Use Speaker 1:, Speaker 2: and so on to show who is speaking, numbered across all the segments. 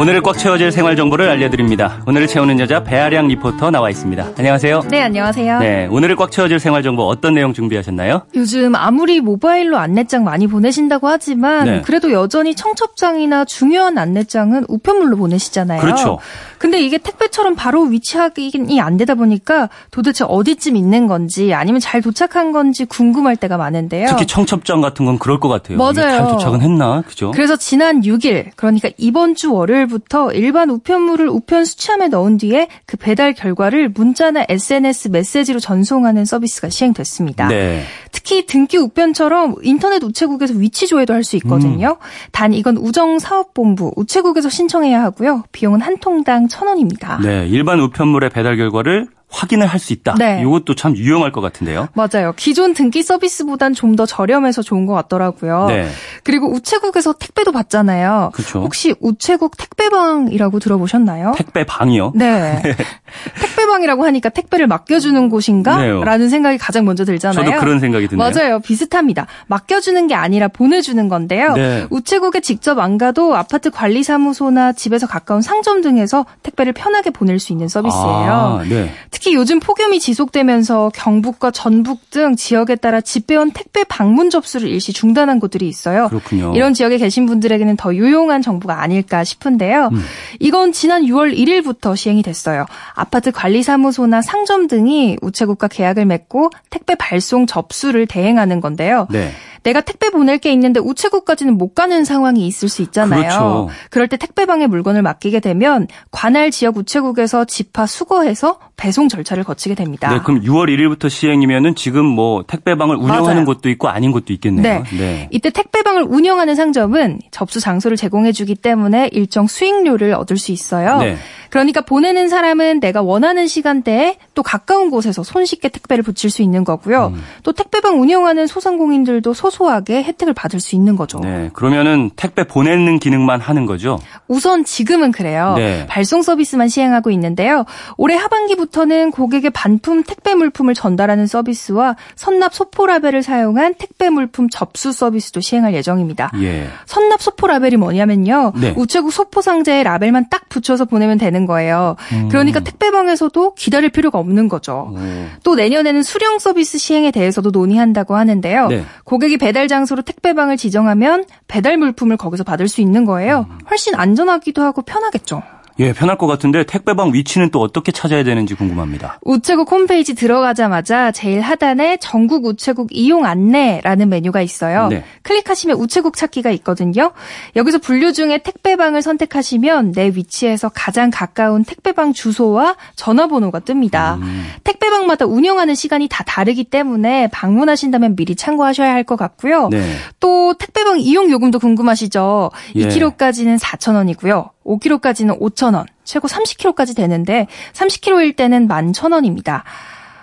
Speaker 1: 오늘을 꽉 채워질 생활 정보를 알려드립니다. 오늘을 채우는 여자 배아량 리포터 나와 있습니다. 안녕하세요.
Speaker 2: 네, 안녕하세요.
Speaker 1: 네, 오늘을 꽉 채워질 생활 정보 어떤 내용 준비하셨나요?
Speaker 2: 요즘 아무리 모바일로 안내장 많이 보내신다고 하지만
Speaker 1: 네.
Speaker 2: 그래도 여전히 청첩장이나 중요한 안내장은 우편물로 보내시잖아요.
Speaker 1: 그렇죠.
Speaker 2: 근데 이게 택배처럼 바로 위치확인이 안 되다 보니까 도대체 어디쯤 있는 건지 아니면 잘 도착한 건지 궁금할 때가 많은데요.
Speaker 1: 특히 청첩장 같은 건 그럴 것 같아요.
Speaker 2: 네. 맞아요.
Speaker 1: 이게 잘 도착은 했나? 그죠?
Speaker 2: 그래서 지난 6일, 그러니까 이번 주 월요일부터 일반 우편물을 우편 수취함에 넣은 뒤에 그 배달 결과를 문자나 SNS 메시지로 전송하는 서비스가 시행됐습니다.
Speaker 1: 네.
Speaker 2: 특히 등기 우편처럼 인터넷 우체국에서 위치 조회도 할 수 있거든요.
Speaker 1: 음.
Speaker 2: 단 이건 우정사업본부 우체국에서 신청해야 하고요. 비용은 한 통당 천 원입니다.
Speaker 1: 네, 일반 우편물의 배달 결과를 확인을 할 수 있다.
Speaker 2: 네.
Speaker 1: 이것도 참 유용할 것 같은데요.
Speaker 2: 맞아요. 기존 등기 서비스보단 좀 더 저렴해서 좋은 것 같더라고요.
Speaker 1: 네,
Speaker 2: 그리고 우체국에서 택배도 받잖아요.
Speaker 1: 그렇죠.
Speaker 2: 혹시 우체국 택배방이라고 들어보셨나요?
Speaker 1: 택배 방이요.
Speaker 2: 네. 택배방이라고 하니까 택배를 맡겨주는
Speaker 1: 네요.
Speaker 2: 곳인가? 라는 생각이 가장 먼저 들잖아요.
Speaker 1: 저도 그런 생각이 드네요.
Speaker 2: 맞아요. 비슷합니다. 맡겨주는 게 아니라 보내주는 건데요.
Speaker 1: 네.
Speaker 2: 우체국에 직접 안 가도 아파트 관리사무소나 집에서 가까운 상점 등에서 택배를 편하게 보낼 수 있는 서비스예요.
Speaker 1: 아, 네.
Speaker 2: 특히 요즘 폭염이 지속되면서 경북과 전북 등 지역에 따라 집배원 택배 방문 접수를 일시 중단한 곳들이 있어요.
Speaker 1: 그렇군요.
Speaker 2: 이런 지역에 계신 분들에게는 더 유용한 정부가 아닐까 싶은데요.
Speaker 1: 음.
Speaker 2: 이건 지난 6월 1일부터 시행이 됐어요. 아파트 관리사무소나 상점 등이 우체국과 계약을 맺고 택배 발송 접수를 대행하는 건데요.
Speaker 1: 네.
Speaker 2: 내가 택배 보낼 게 있는데 우체국까지는 못 가는 상황이 있을 수 있잖아요.
Speaker 1: 그렇죠.
Speaker 2: 럴때 택배방에 물건을 맡기게 되면 관할 지역 우체국에서 집화 수거해서 배송 절차를 거치게 됩니다.
Speaker 1: 네, 그럼 6월 1일부터 시행이면은 지금 뭐 택배방을 운영하는
Speaker 2: 맞아요.
Speaker 1: 곳도 있고 아닌 곳도 있겠네요.
Speaker 2: 네. 이때 택배방을 운영하는 상점은 접수 장소를 제공해주기 때문에 일정 수익료를 얻을 수 있어요.
Speaker 1: 네.
Speaker 2: 그러니까 보내는 사람은 내가 원하는 시간대에 또 가까운 곳에서 손쉽게 택배를 붙일 수 있는 거고요.
Speaker 1: 음.
Speaker 2: 또 택배방 운영하는 소상공인들도 소소하게 혜택을 받을 수 있는 거죠.
Speaker 1: 네, 그러면은 택배 보내는 기능만 하는 거죠.
Speaker 2: 우선 지금은 그래요.
Speaker 1: 네.
Speaker 2: 발송 서비스만 시행하고 있는데요. 올해 하반기부터는 고객의 반품 택배 물품을 전달하는 서비스와 선납 소포라벨을 사용한 택배 물품 접수 서비스도 시행할 예정입니다.
Speaker 1: 예.
Speaker 2: 선납 소포 라벨이 뭐냐면요.
Speaker 1: 네.
Speaker 2: 우체국 소포 상자에 라벨만 딱 붙여서 보내면 되는 거예요. 그러니까 택배방에서도 기다릴 필요가 없는 거죠.
Speaker 1: 음.
Speaker 2: 또 내년에는 수령 서비스 시행에 대해서도 논의한다고 하는데요.
Speaker 1: 네.
Speaker 2: 고객이 배달 장소로 택배방을 지정하면 배달 물품을 거기서 받을 수 있는 거예요. 훨씬 안전하기도 하고 편하겠죠.
Speaker 1: 예, 편할 것 같은데 택배방 위치는 또 어떻게 찾아야 되는지 궁금합니다.
Speaker 2: 우체국 홈페이지 들어가자마자 제일 하단에 전국 우체국 이용 안내라는 메뉴가 있어요.
Speaker 1: 네.
Speaker 2: 클릭하시면 우체국 찾기가 있거든요. 여기서 분류 중에 택배방을 선택하시면 내 위치에서 가장 가까운 택배방 주소와 전화번호가 뜹니다. 택배방마다 운영하는 시간이 다 다르기 때문에 방문하신다면 미리 참고하셔야 할 것 같고요.
Speaker 1: 네.
Speaker 2: 또 택배방 이용 요금도 궁금하시죠?
Speaker 1: 예.
Speaker 2: 2kg까지는 4,000원이고요. 5kg까지는 5,000원, 최고 30kg까지 되는데 30kg일 때는 11,000원입니다.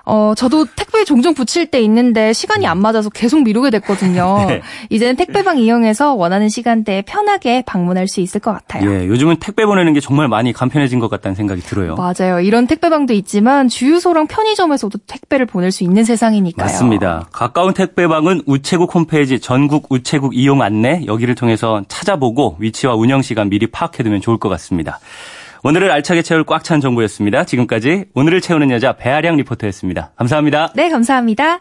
Speaker 2: 어, 저도 택배 종종 붙일 때 있는데 시간이 안 맞아서 계속 미루게 됐거든요.
Speaker 1: 네.
Speaker 2: 이제는 택배방 이용해서 원하는 시간대에 편하게 방문할 수 있을 것 같아요.
Speaker 1: 예, 요즘은 택배 보내는 게 정말 많이 간편해진 것 같다는 생각이 들어요.
Speaker 2: 맞아요. 이런 택배방도 있지만 주유소랑 편의점에서도 택배를 보낼 수 있는 세상이니까요.
Speaker 1: 맞습니다. 가까운 택배방은 우체국 홈페이지 전국 우체국 이용 안내 여기를 통해서 찾아보고 위치와 운영 시간 미리 파악해두면 좋을 것 같습니다. 오늘을 알차게 채울 꽉 찬 정보였습니다. 지금까지 오늘을 채우는 여자 배아량 리포터였습니다. 감사합니다.
Speaker 2: 네, 감사합니다.